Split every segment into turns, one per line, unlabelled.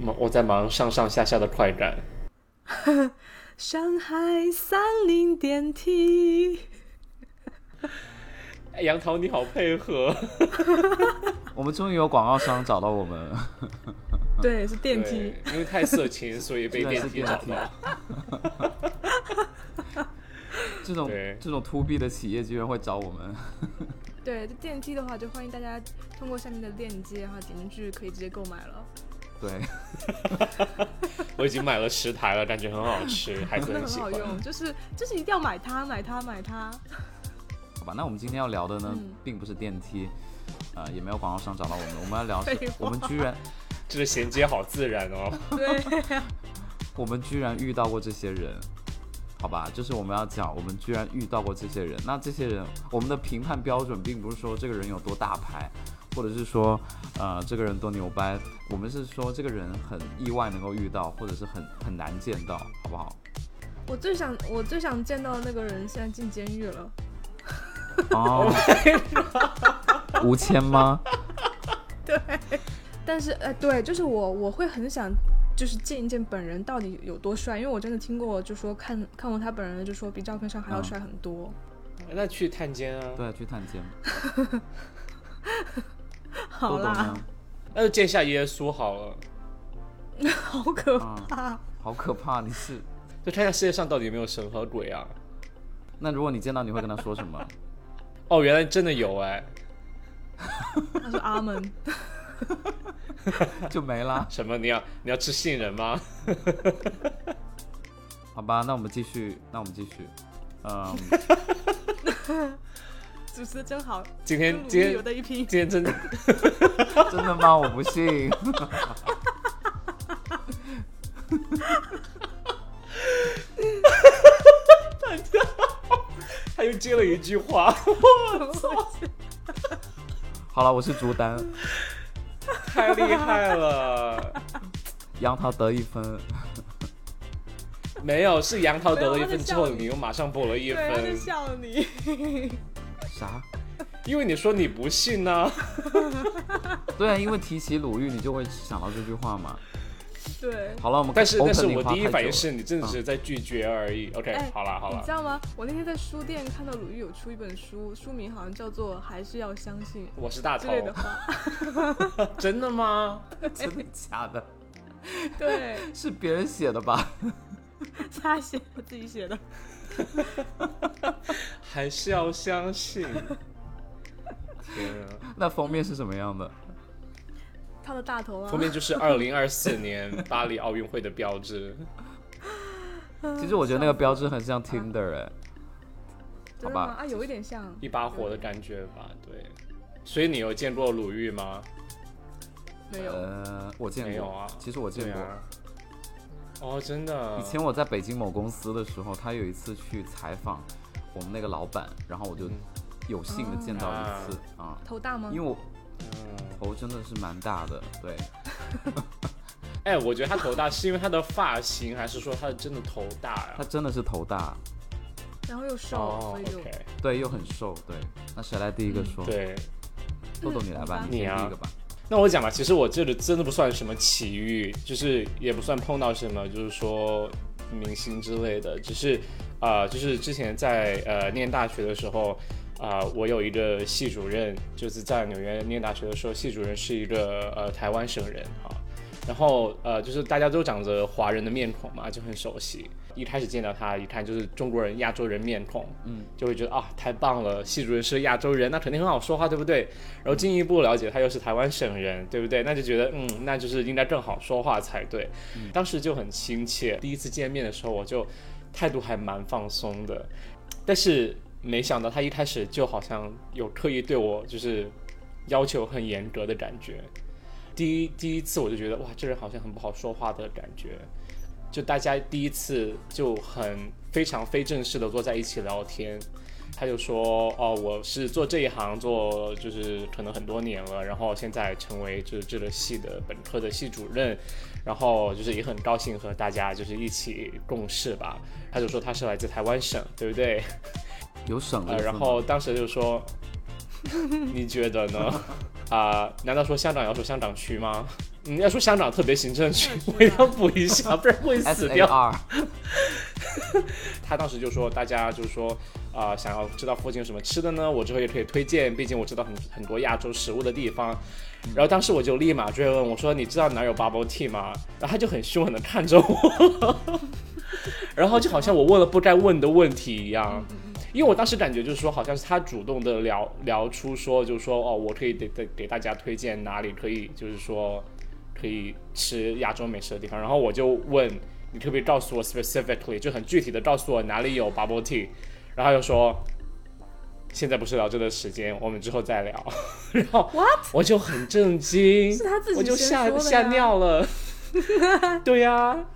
忙我在忙上上下下的快感。
上海三菱电梯，
哎杨桃，你好配合，
我们终于有广告商找到我们了，
啊
对，是 电梯。
对，因为太色情，所以 被
居然
电
是
梯
电
找
梯
到。。
这种
对
这种 to B 的企业居然会找我们，
对，这电梯的话，就欢迎大家通过下面的链接，然后点进去可以直接购买了。
对，
我已经买了十台了，感觉很好吃，孩子
真的
很
很
喜
好
欢。
用，就是就是一定要买它，买它，买它。
好吧，那我们今天要聊的呢
嗯，
并不是电梯，呃，也没有广告商找到我们，我们要聊
废
是
话，
我们居然
这个衔接好自然哦。
对，
我们居然遇到过这些人，好吧，就是我们要讲，我们居然遇到过这些人。那这些人，我们的评判标准并不是说这个人有多大牌，或者是说，呃，这个人多牛掰，我们是说这个人很意外能够遇到，或者是很很难见到，好不好？
我最想我最想见到的那个人现在进监狱了。
哦，吴谦吗？
但是，呃，对，就是我，我会很想，就是见一见本人到底有多帅，因为我真的听过，就说看看过他本人，就说比照片上还要
啊
嗯
帅很多。
那去探监啊，
对，去探监，
好
豆豆
啦
呢，？
那就见一下耶稣好了，
好可怕。
啊，好可怕！你是，
就看一下世界上到底有没有神和鬼啊。
那如果你见到，你会跟他说什么？
哦，原来真的有哎，
他说阿门，
就没啦。
什么你要你要吃杏仁吗？
好吧，那我们继续，那我们继续，嗯。
主持的真好，
今
跟
天
鲁
哎今天
豫有的一拼。
今天真的
真的吗？我不信。
他又接了一句话，
好了，我是竹丹，
太厉害了。
杨桃得一分。
没有，是杨桃得了
没
一
有他在
分之后，
笑你
你又马上补了一
对，他在
分，
笑 你。
啥？
因为你说你不信呢、
对啊，因为提起鲁豫，你就会想到这句话嘛。
对，
好了，我们
但是但是
opening
我
话
第一
太
反应
久了嗯
是你真的是在拒绝而已。OK，
哎
好啦好
你
啦
知，道吗？我那天在书店看到鲁豫有出一本书，书名好像叫做《还是要相信
我是大》
之
头
类，的话。
真的吗？
真的假的？
对，
是别人写的吧？
是他写，我自己写的。
还是要相 信。天啊！
那封面是什么样的？
他的大头啊
后，面就是二零二四 年巴黎奥运会的标志，
嗯
其实我觉得那个标志很像 Tinder 哎、
真的
好吧
吗？啊，有一点像。
一把火的感觉
嗯
吧？对。所以你有见过鲁豫吗？
没有，
呃，我见
没有
过，
啊
其实我见
对
过。
啊。哦，真的。
以前我在北京某公司的时候，他有一次去采访我们那个老板，然后我就
嗯
有幸的见到一次啊、
头大吗？
因为我
嗯
头真的是蛮大的，对，
哎，我觉得他头大是因为他的发型，还是说他真的头大啊呀、
他真的是头大，
然后又瘦，
哦
所以就
，OK，
对，又很瘦，对。那谁来第一个说？，
嗯对。
豆豆你来吧，
嗯
你
你
先
啊
第一个吧。
那我讲吧，其实我这里真的不算什么奇遇，就是也不算碰到什么，就是说明星之类的，只是啊、呃就是之前在呃念大学的时候。啊、我有一个系主任，就是在纽约念大学的时候，系主任是一个呃台湾省人哈、然后呃就是大家都长着华人的面孔嘛，就很熟悉。一开始见到他，一看就是中国人、亚洲人面孔，
嗯，
就会觉得啊太棒了，系主任是亚洲人，那肯定很好说话，对不对？然后进一步了解他又是台湾省人，对不对？那就觉得嗯，那就是应该更好说话才对。当时就很亲切，第一次见面的时候我就态度还蛮放松的，但是没想到他一开始就好像有刻意对我就是要求很严格的感觉。第一第一次我就觉得哇，这人好像很不好说话的感觉。就大家第一次就很非常非正式的坐在一起聊天，他就说哦，我是做这一行做就是可能很多年了，然后现在成为就是这个系的本科的系主任，然后就是也很高兴和大家就是一起共事吧。他就说他是来自台湾省，对不对？
有省的
呃，
意思吗、
然后当时就说， 你觉得呢？啊、难道说香港要说香港区吗？你要说香港特别行政区，
我
我一定
也知
要
道
补一下，不然会死
S A
掉。
R，
他当时就说，大家就是说，啊、想要知道附近有什么吃的呢？我之后也可以推荐，毕竟我知道很很多亚洲食物的地方。然后当时我就立马追问我说：“你知道哪有 bubble tea 吗？”然后他就很凶狠的看着我，然后就好像我问了不该问的问题一样。
嗯
因为我当时感觉就是说，好像是他主动的聊聊出说，就是说哦，我可以给给给大家推荐哪里可以，就是说可以吃亚洲美食的地方。然后我就问你，可不可以告诉 我 specifically，就很具体的告诉我哪里有 bubble tea？然后他就说现在不是聊这个时间，我们之后再聊。 然后
What？
我就很震惊，
是他自己
我就
先
吓
说的
吓
呀
尿 了。对呀、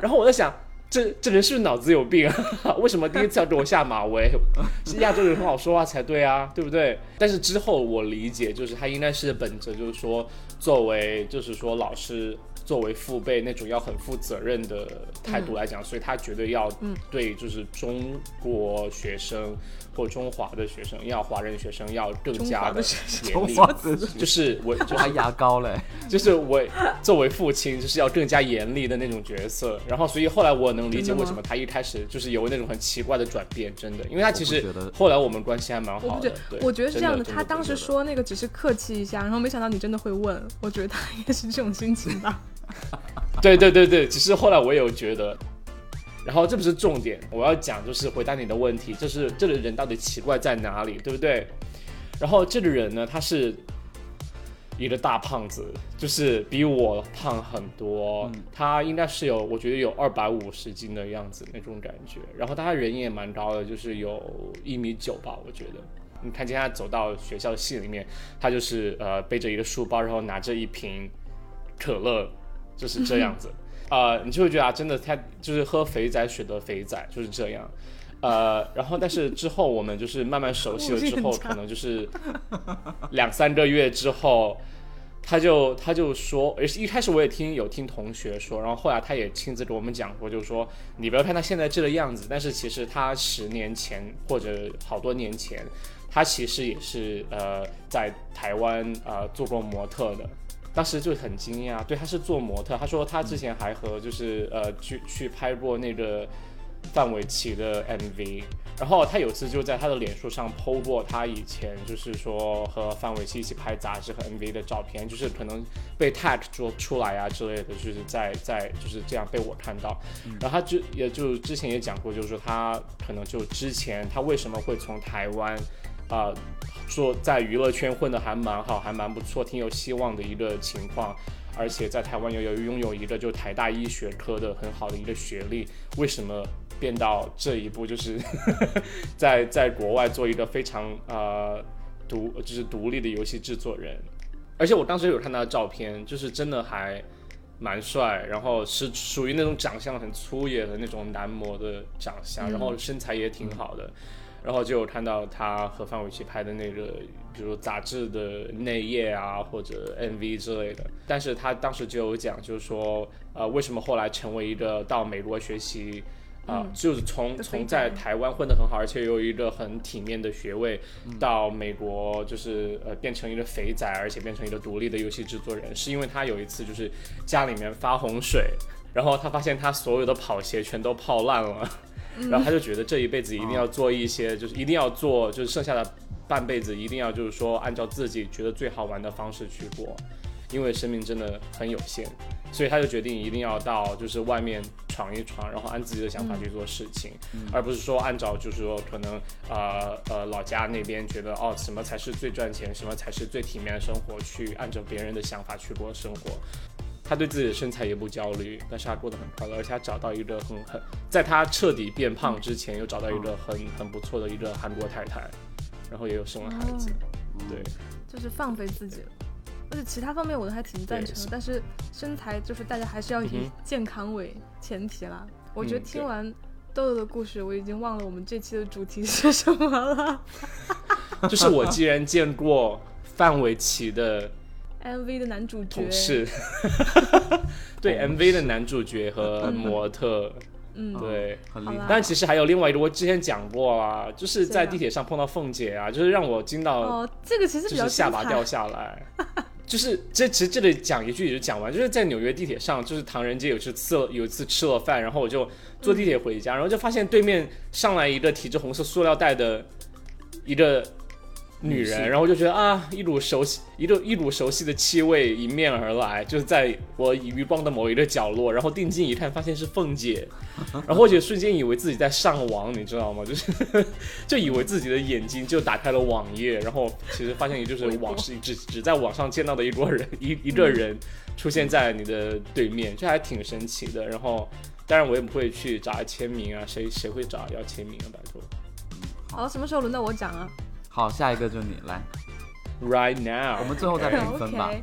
然后我在想，这这人是不是脑子有病啊？ 为什么第一次要给我下马威？是亚洲人很好说话才对啊，对不对？但是之后我理解，就是他应该是本着就是说，作为就是说老师。作为父辈那种要很负责任的态
嗯
度来讲，所以他绝对要对就是中国学生或中华的学生，要华人学生要更
中
加
华的
的
学
严
中
厉，
华子弟
就是我 就是
还牙膏嘞，
就是我作为父亲，就是要更加严厉的那种角色。然后，所以后来我能理解
真的吗
为什么他一开始就是有那种很奇怪的转变，真的，因为他其实
我不觉得
后来我们关系还蛮
我
好
不觉
的。对，
我觉得是这样
真的
的。他当时，说那个只是客气一下，然后没想到你真的会问，我觉得他也是这种心情吧。
真的对对对对，其实后来我也有觉得。然后这不是重点，我要讲就是回答你的问题，就是这个人到底奇怪在哪里，对不对？然后这个人呢，他是一个大胖子，就是比我胖很多，他应该是有，我觉得有二百五十斤的样子那种感觉。然后他人也蛮高的，就是有一米九吧，我觉得。你看见他走到学校系里面，他就是呃背着一个书包，然后拿着一瓶可乐，就是这样 子。呃，你就会觉得啊，真的他就是喝肥仔水的肥仔就是这样。呃，然后但是之后我们就是慢慢熟悉了之后，
我也这样
可能就是两三个月之后，他就他就说，而且一开始我也听有听同学说，然后后来他也亲自给我们讲过，就是说你不要看他现在这个样子，但是其实他十年前或者好多年前，他其实也是呃在台湾呃做过模特的。当时就很惊讶，对，他是做模特。他说他之前还和就是呃去去拍过那个范玮琪的 MV，然后他有次就在他的脸书上 PO 过他以前就是说和范玮琪一起拍杂志和 MV 的照片，就是可能被 tag 说出来啊之类的，就是在在就是这样被我看到。然后他就也就之前也讲过，就是说他可能就之前他为什么会从台湾啊、说在娱乐圈混得还蛮好，还蛮不错，挺有希望的一个情况。而且在台湾又有拥有一个就台大医学科的很好的一个学历，为什么变到这一步，就是 在在国外做一个非常呃独就是独立的游戏制作人？而且我当时有看他的照片，就是真的还蛮帅，然后是属于那种长相很粗野的那种男模的长相，然后身材也挺好的。然后就有看到他和范玮琪拍的那个，比如杂志的内页啊，或者 MV 之类的。但是他当时就有讲，就是说，呃，为什么后来成为一个到美国学习，啊、就是从
的
从
肥
在
宅
台湾混得很好，而且有一个很体面的学位，到美国就是呃变成一个肥仔，而且变成一个独立的游戏制作人，是因为他有一次就是家里面发洪水，然后他发现他所有的跑鞋全都泡烂了。然后他就觉得这一辈子一定要做一些，就是一定要做，就是剩下的半辈子一定要就是说按照自己觉得最好玩的方式去过，因为生命真的很有限，所以他就决定一定要到就是外面闯一闯，然后按自己的想法去做事情，而不是说按照就是说可能呃呃老家那边觉得哦什么才是最赚钱，什么才是最体面的生活，去按照别人的想法去过生活。他对自己的身材也不焦虑，但是他过得很快乐，而且他找到一个很很，在他彻底变胖之前，又找到一个很很不错的一个韩国太太，然后也有生了孩子，对，
就是放飞自己了。而且其他方面我都还挺赞成的，但是身材就是大家还是要
嗯
以
哼
健康为前提啦。我觉得
嗯
听
对
完豆豆的故事，我已经忘了我们这期的主题是什么了。
就是我既然见过范玮琪的
MV 的男主角
同，事， 对 MV 的男主角和模特，
嗯，
对。
很
好
厉
啦
害。
但其实还有另外一个，我之前讲过啊，就是在
谁啊
地铁上碰到凤姐啊，就是让我惊到
哦，这个其实
就
比较
是下
精
巴
彩。
掉下来。 就是这其实这里讲一句也就讲完，就是在纽约地铁上，就是唐人街有次吃了有一次吃了饭，然后我就坐地铁回家，然后就发现对面上来一个提着红色塑料袋的一个女
女
人，
士
然后我就觉得啊，一股熟悉一股一股熟悉的气味迎面而来，就是在我余光的某一个角落，然后定睛一看，发现是凤姐，然后我就瞬间以为自己在上网，你知道吗？就是 就以为自己的眼睛就打开了网页，然后其实发现也就是
微博
网是只只在网上见到的一波人一一个人出现在你的对面，这还挺神奇的。然后当然我也不会去找他签名啊，谁谁会找要签名啊？拜托
好，什么时候轮到我讲啊
好，下一个就你来，
，right
我
now，
们最后再评分吧。
？OK，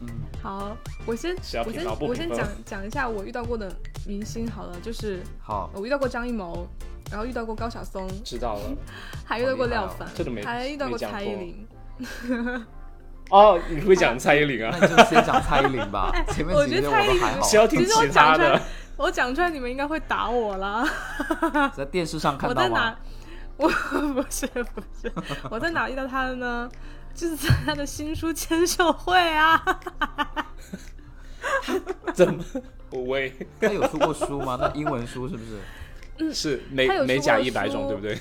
嗯，
好，我先
谁要
我
评
先
导不
我
评
先
分
讲？ 讲一下我遇到过的明星好了，就是
好，
我遇到过张艺谋，然后遇到过高晓松，
知道了。
还遇到过廖凡
哦厉害哦这都没，
还遇到过蔡依
没
林。
哦，你会讲蔡依林
那
啊？
你就先讲蔡依林吧。前面
哎我
几
觉得
个我
蔡依
都
林
还好，
谁要听
其实我
其他
讲出来
的？
我讲出来你们应该会打我啦。
在电视上看
我
到
在
吗
哪？？ 我不是不是，我在哪遇到他的呢？就是在他的新书签售会啊。
怎么？我喂，
他有出过书吗？那英文书是不是？
是美
嗯他有出
美甲
过
一百种，
书
对不对？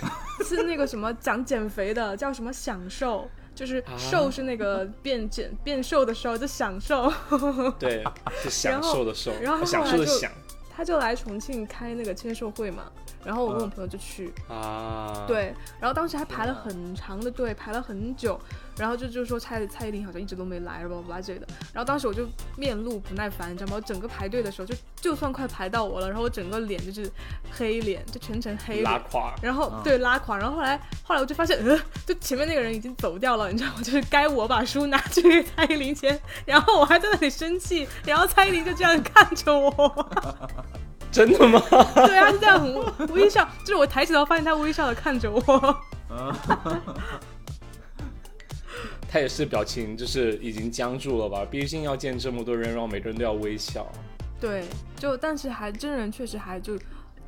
是那个什么讲减肥的，叫什么享受，就是
啊
瘦是那个变减变瘦的时候就享受。
对，是享
然后
受的受
然后，后
享
来
受的
就
享
他就来重庆开那个签售会嘛，然后我跟我
嗯
朋友就去，
啊。，
对，然后当时还排了很长的队，排了很久，然后就就说蔡蔡依林好像一直都没来，巴拉巴拉之类的。然后当时我就面露不耐烦，你知道吗？我整个排队的时候就就算快排到我了，然后我整个脸就是黑脸，就全程黑
拉
脸。
垮。啊
然后
嗯
对拉垮，然后后来后来我就发现，呃，就前面那个人已经走掉了，你知道吗？就是该我把书拿去给蔡依林签，然后我还在那里生气，然后蔡依林就这样看着我，
真的吗？
对啊，就这样很微笑，就是我抬起头发现他微笑的看着我，
嗯，
他也是表情就是已经僵住了吧？毕竟要见这么多人，然后每个人都要微笑。
对，就但是还真人确实还就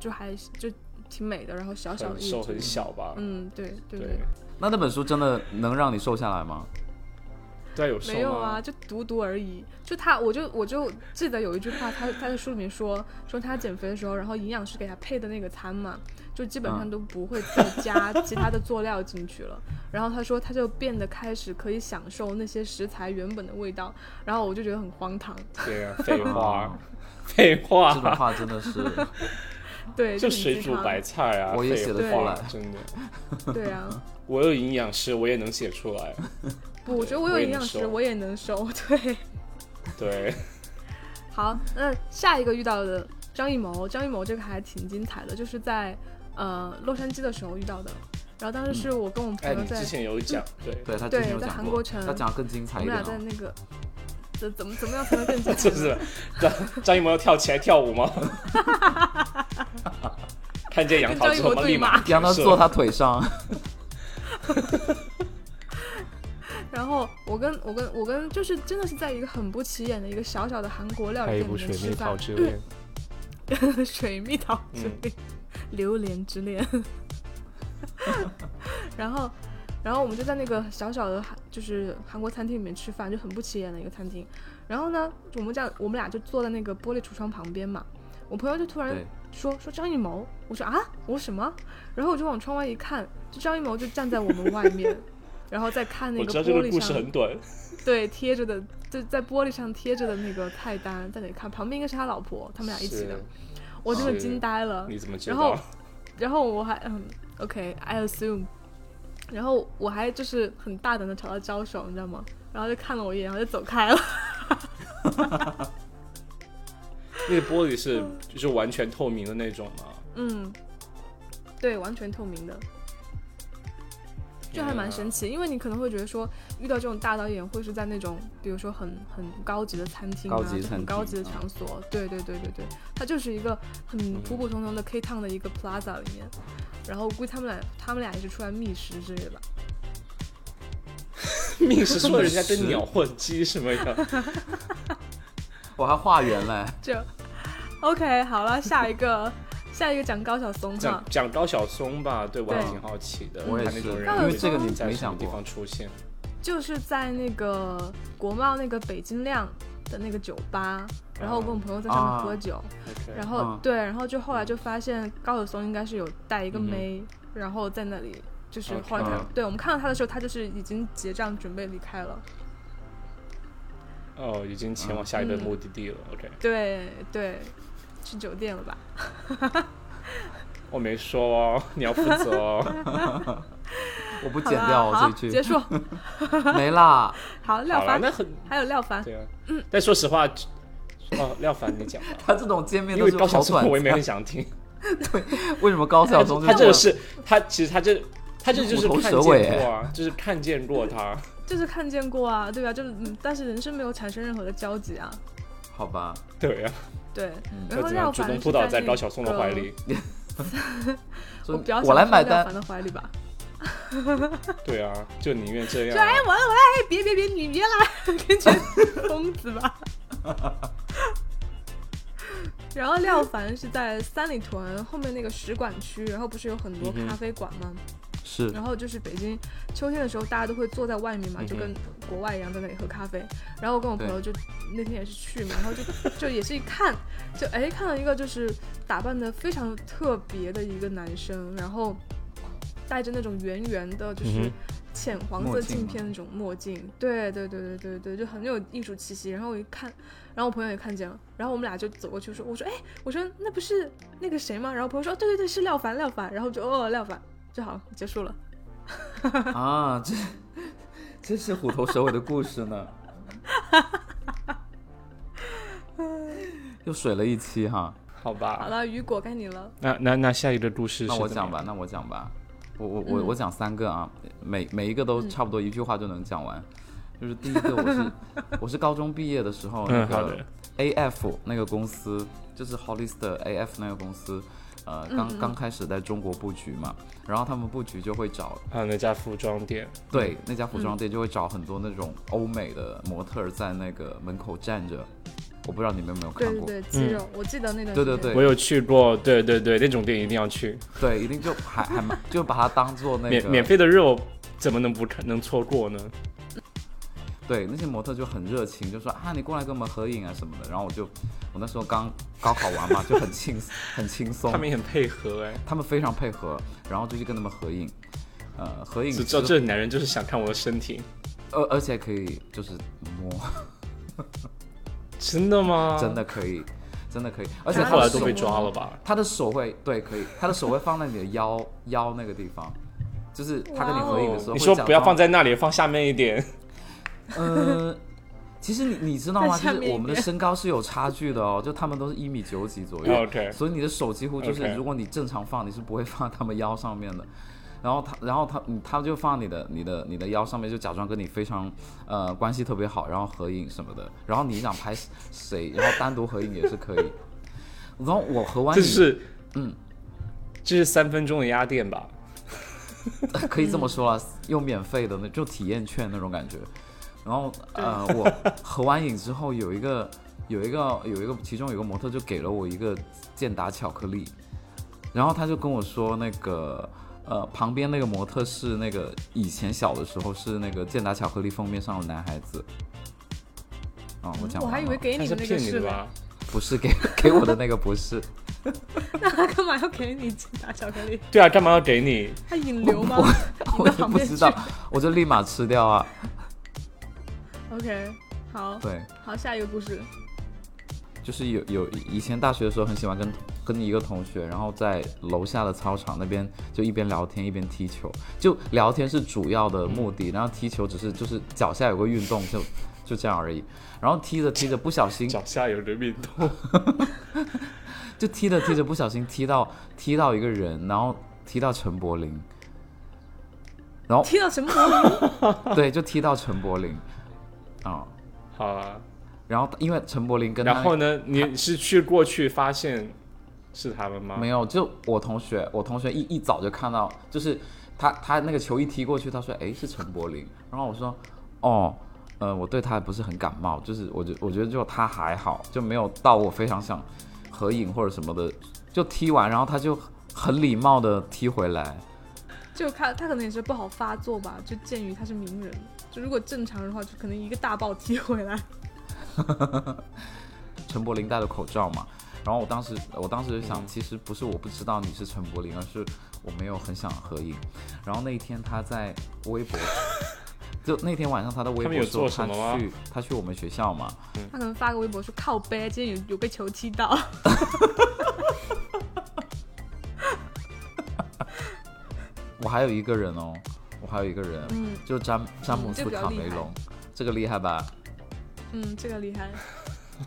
就还就挺美的，然后小小的
很
一
瘦很
只，
小吧？
嗯，对对
对，
那那本书真的能让你瘦下来吗？
对，有瘦
没有啊，
吗？
就读读而已。就他，我就我就记得有一句话，他他在书里面说，说他减肥的时候，然后营养师给他配的那个餐嘛，就基本上
嗯
都不会再加其他的佐料进去了。然后他说，他就变得开始可以享受那些食材原本的味道。然后我就觉得很荒唐，
对啊，废话
啊，
废
哦这种
话，
话真 的是，
对，
就
很
水
鸡
煮
汤
白，菜啊，
我也
废
写得
话
出来
真的。
对啊，
我有营养师，我也能写出来。
不，我觉得我
我
有
也
营
能
养
收
师，我也能收， 对。
对，
好，那下一个遇到的张艺谋，张艺谋这个还挺精彩的，就是在呃洛杉矶的时候遇到的。然后当时是我跟我朋
哎，
友
你
在，
之前有讲， 对，
对他之前有
对在
讲
韩
过
国，城
他讲得更精彩
我
一
们
点
俩
哦
在。那个怎怎么怎么样才能更精彩
就是
呢？
张张艺谋要跳起来跳舞吗？ 看见杨
跟
桃
张艺
之
谋
后，我们
对
立马
骂。
让他
是
坐他腿 上，
然后我跟我跟我跟就是真的是在一个很不起眼的一个小小的韩国料理店里面吃饭，
之恋，
水蜜桃之恋、
嗯
榴莲之恋。 然后，然后我们就在那个小小的韩，就是韩国餐厅里面吃饭，就很不起眼的一个餐厅。然后呢，我们这样，我们俩就坐在那个玻璃橱窗旁边嘛。我朋友就突然
对，
说说张艺谋，我说啊，我说什么？然后我就往窗外一看，就张艺谋就站在我们外 面，然后再看那
我
个
知道
玻
这个故
璃
事
上
很短，
对贴着的，就在玻璃上贴着的那个菜单，在那里看。旁边应该是他老婆，他们俩一起的
是。
我真的
是
惊呆了。
你怎么知
然后
道？
然后我还嗯，OK，I、assume，然后我还就是很大胆的朝他招手，你知道吗？然后就看了我一眼，然后就走开了。
那个玻璃是就是完全透明的那种吗？
嗯，对，完全透明的，就还蛮神
奇。
奇。因为你可能会觉得说，遇到这种大导演会是在那种，比如说很很高级的餐厅啊，
高级
就
餐
很高
厅
级的
啊
场所。对对对对对，它就是一个
嗯
很普普通通的 K Town 的一个 plaza 里面。然后估计他们俩，他们俩也是出来觅食之类的吧。
命是 说人家
是
跟鸟或鸡什么的，
我还化缘嘞。
就 OK，好了，下一个， 下一个讲高晓松哈
讲。讲高晓松吧，对我还
嗯对
挺好奇的，
我也
他那种
是
人
高晓
会
松
在什么地方出现？
就是在那个国贸那个北京亮的那个酒吧，然后我跟我朋友在上面喝酒，
OK，
然后、
哦啊嗯
对，然后就后来就发现高晓松应该是有带一个妹，然后在那里就是后来他
嗯 OK
对我们看到他的时候，他就是已经结账准备离开了。
哦，已经前往
嗯
下一个目的地了。OK，
对对，去酒店了吧？
我没说哦，你要负责 哦。
我不
好
剪
吧
掉
好
哦这一
结
句，
束。
没啦。
好，廖
好了，
凡，嗯
那 很
还有廖凡，
对啊。但说实话，哦，廖凡你讲 吧，
他这种见面
因
都
为
是
高晓
好
松
短
我也没很想 听。
为什么高晓松
他
这
这
么
个是他其实他这他这就是
虎头
看
蛇尾哎
见过啊，就是看见过他。
就是看见过啊，对吧、就是，嗯，但是人生没有产生任何的交集啊。
好吧？
对啊，
对，然
他
后
只
廖
能主
凡
动
是
扑倒
在
在
那
高晓松的怀
个
里。
我
所以
比较
我来
想
买
放廖
单
凡，的怀里吧。
对啊，就宁愿 这样
就哎
啊。，
我来，我来，哎别别别，你别来， 跟 成疯子吧。然后廖凡是在三里屯后面那个使馆区，然后不是有很多
嗯
咖
哼
啡馆吗？
是
然后就是北京秋天的时候，大家都会坐在外面嘛，
嗯哼
就跟国外一样在那里喝咖啡。然后我跟我朋友就那天也是去 嘛，然后就就也是一看，就哎看到一个就是打扮的非常特别的一个男生，然后戴着那种圆圆的，就
嗯
是
哼
浅黄色
墨镜
镜
吗
片那种墨镜。对对对对对对，就很有艺术气息。然后我一看，然后我朋友也看见了，然后我们俩就走过去说，我说哎，我说那不是那个谁吗？然后朋友说哦对对对，是廖凡廖凡。然后就哦廖凡。就好，结束了。
啊，这这是虎头蛇尾的故事呢，又水了一期哈。
好吧。
好了，雨果该你了。
那那那下一个故事是
那我
怎么
讲吧，那我讲吧，我我我我讲三个啊，每每一个都差不多一句话就能讲完。就是第一个，我 是我是高中毕业的时候，那
样。嗯，好
个
的。
AF 那个公司，就是 Hollister AF 那个公司，呃，刚
嗯嗯
刚开始在中国布局嘛，然后他们布局就会找
嗯
啊，那家服装店。
对，那家服装店就会找很多那种欧美的模特儿在那个门口站着，我不知道你们有没有看
对对
过，
对，肌肉，我记得那段。
对对对
我有去过，对对对，那种店一定要去，
对一定就还还 蛮就把它当做那
免
个
免费的肉怎么能不看能错过呢？
对，那些模特就很热情，就说啊，你过来跟我们合影啊什么的。然后我就，我那时候刚高考 完嘛，就很轻很轻松
他，们也很配合哎，
他们非常配合，然后就去跟他们合影，呃，合影
只知
之
道这男人就是想看我的身体，
而而且可以就是摸，
真的吗？
真的。可以，真的可以，而且
这
哦他
后来
的
都
手
被抓了吧？
他的手会对可以，他的手会放在你的腰腰那个地方，就是他跟你合影的时候，
哦你说不要放
在，
在那里，放下面一点。
呃，其实你你知道吗？
在下
就是
面
我们的身高是有差距的哦，就 他们都是一米九几左右
OK
所以你的手几乎就是
OK
如果你正常放，你是不会放在他们腰上面的。然后他，然后他，嗯他就放你的、你的、你的腰上面，就假装跟你非常，呃，关系特别好，然后合影什么的。然后你想拍谁，然后单独合影也是可以。然后我合完
这
影，
是，嗯，这是三分钟的压店吧？
可以这么说了，又免费的那就体验券那种感觉。然后呃，我合完影之后有一个有一个有一个，其中有一个模特就给了我一个健达巧克力，然后他就跟我说那个。呃，旁边那个模特是那个以前小的时候是那个健达巧克力封面上的男孩子。哦，我讲
我
完
还以为
了
给
他
你
是
们那个
骗你的
是嘞，
吧？
不是给给我的那个不 是，
那他 干嘛要给你打巧克 力？
对啊，干嘛要给你？
他引流吗？ 引 到
我也
旁
不
边
知
去。
道，我就立马吃掉啊。
OK，好，
对，
好，下一个故事。
就是有有以前大学的时候很喜欢跟跟一个同学，然后在楼下的操场那边就一边聊天一边踢球，就聊天是主要的目
嗯
的，然后踢球只是就是脚下有个运动就就这样而已。然后踢着踢着不小心
脚下有个运动，
就踢着踢着不小心踢到踢到一个人，然后踢到陈柏霖，然后
听到什么 国语？
对就踢到陈柏霖啊、
好啊。
然后因为陈柏霖跟他
然后呢？你是去过去发现是他们吗？
没有，就我同学，我同学一一早就看到，就是他他那个球一踢过去，他说诶，是陈柏霖，然后我说哦，呃我对他不是很感冒，就是我觉我觉得就他还好，就没有到我非常想合影或者什么的，就踢完然后他就很礼貌的踢回来，
就他他可能也是不好发作吧，就鉴于他是名人，就如果正常人的话，就可能一个大暴踢回来。
陈柏霖戴的口罩嘛。然后我当时，我当时就想，其实不是我不知道你是陈柏霖，而是我没有很想合影。然后那一天他在微博， 就那天晚上他的微
他们
博
有
说
做什
他
么吗
去他去我们学校嘛，
他可能发个微博说靠背，今天有有被球踢到。
我还有一个人哦，我还有一个人，
嗯
就詹詹姆
嗯这
斯
比较
卡
厉
梅
害
隆，这个厉害吧？
嗯，这个厉害。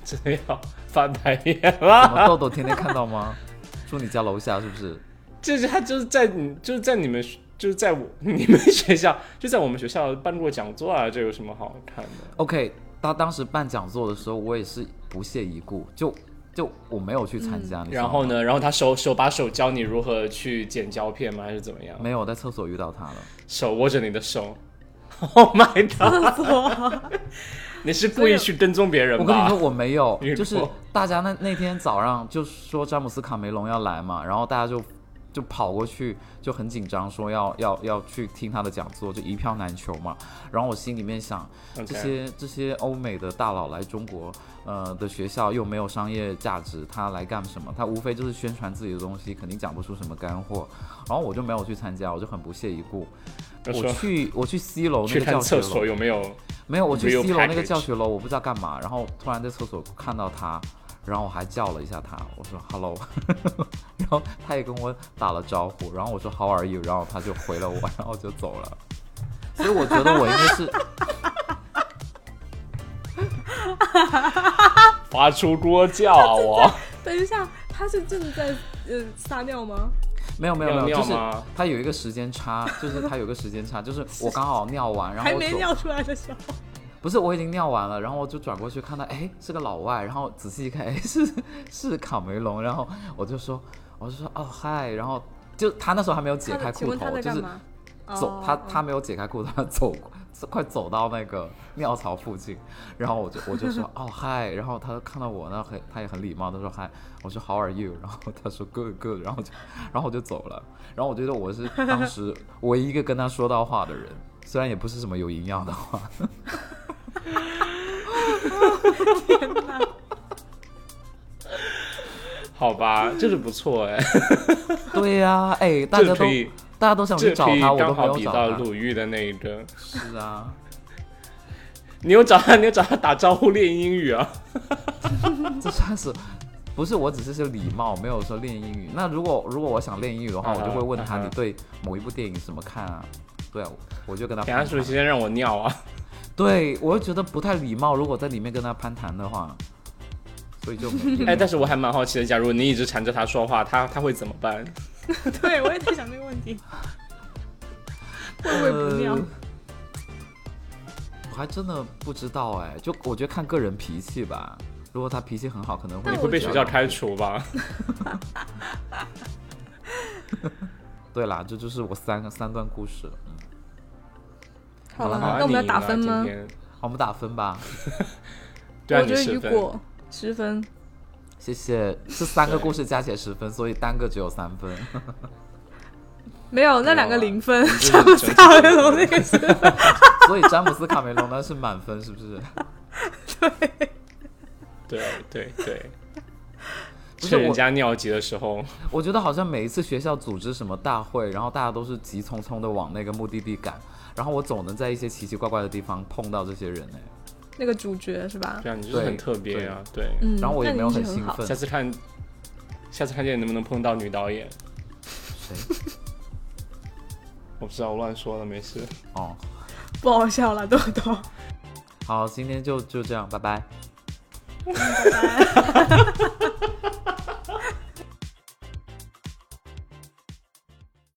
真的要翻白眼了。
我们豆豆天天看到吗？ 住你家楼下是不是？
就是他就是在你就是在你们学就是在我 你们学校就在我们学校办过讲座啊，这有什么好看的？
OK，他当时办讲座的时候，我也是不屑一顾，就就我没有去参
嗯
加。你知道
然后
吗？
呢，然后他手手把手教你如何去剪胶片吗？还是怎么样？
没有，我在厕所遇到他了。
手握着你的手 ，Oh my god！你是故意去跟踪别人
我跟你说，
吧？
我没 有
你，
就是
说
大家那那天早上就说詹姆斯卡梅隆要来嘛，然后大家就就跑过去，就很紧张，说要要要去听他的讲座，就一票难求嘛。然后我心里面想，这
OK，
些这些欧美的大佬来中国，呃的学校又没有商业价值，他来干什么？他无非就是宣传自己的东西，肯定讲不出什么干货。然后我就没有去参加，我就很不屑一顾。
我
我
说
去我去 C 楼那
去
个教
看
学
厕
楼
所，有没有？
没有我去
real
C 楼那个
package
教学楼，我不知道干嘛，然后突然在厕所看到他，然后我还叫了一下他，我说 hello，然后他也跟我打了招呼，然后我说 how are you，然后他就回了我，然后就走了。所以我觉得我应该是。
发出锅叫啊！我
等一下，他是正在呃撒尿吗？
没有没有
尿
没有，
尿
就是
吗
它有一个时间差，就是它有一个时间差，就是我刚好尿完，然后
还
我
没
走，
尿出来的时候，
不是我已经尿完了，然后我就转过去看到，哎，是个老外，然后仔细一看，哎， 是是卡梅隆，然后我就说，我就说哦嗨，然后就他那时候还没有解
他在
开
请
裤
问他
头，
在
就
干
是
嘛？
走
哦
他
哦
他没有解开裤头，他走 快走到那个尿槽附近，然后我就我就说哦嗨，然后他看到我，那很他也很礼貌，他说嗨，我说 How are you？然后他说 Good good，然后就然后我就走了，然后我觉得我是当时唯一一个跟他说到话的人，虽然也不是什么有营养的话，
好吧，这是不错哎，
对呀、哎，大家
这
都
可以
大家都想去
这
找
可以
他，我都
刚
没
好
有
比
找
到
他，
鲁豫的那一个。
是啊，
你有找他，你有找他打招呼练英语啊？
这算是。不是，我只是是礼貌，没有说练英语。那如果如果我想练英语的话，
啊
我
哈
就会问他
啊哈
你对某一部电影怎么看啊？对啊，我就跟他
给
攀
他说
谈。
先让我尿啊。
对，我就觉得不太礼貌，如果在里面跟他攀谈的话，所以就 没
哎，但是我还蛮好奇的，假如你一直缠着他说话，他他会怎么办？
对我也在想这个问题，会不会不尿？
呃我还真的不知道哎，就我觉得看个人脾气吧。如果他脾气很好，可能会
但
你
我
会被
觉
学
得
校开除吧？
对啦，这就是我三个三段故事。嗯，
好了，
好啊
那我们要
你
打
赢了
分吗？
今天
好，我们打分吧。
对啊，
我觉得
你
雨
10分
果十分，
谢谢。这三个故事加起来十分，所以单个只有三分。
没有那
有
两个
啊
零分，
你就是
詹姆斯
整体
卡
的分
梅隆那个是
所以詹姆斯卡梅隆呢是满分，是不是？
啊对对 对，
不是
趁人
我
家尿急的时候，
我觉得好像每一次学校组织什么大会，然后大家都是急匆匆的往那个目的地赶，然后我总能在一些奇奇怪怪的地方碰到这些人哎。
那个主角是吧？
对啊，你就是很特别啊，对。
嗯，
然后我也
那
没
你
有
运气
兴
好。
奋
下。次看，下次看见你能不能碰到女导演，
谁？
我不知道，我乱说了，没事。
哦，
不好笑了，豆豆。
好，今天就就这样，拜拜。
拜拜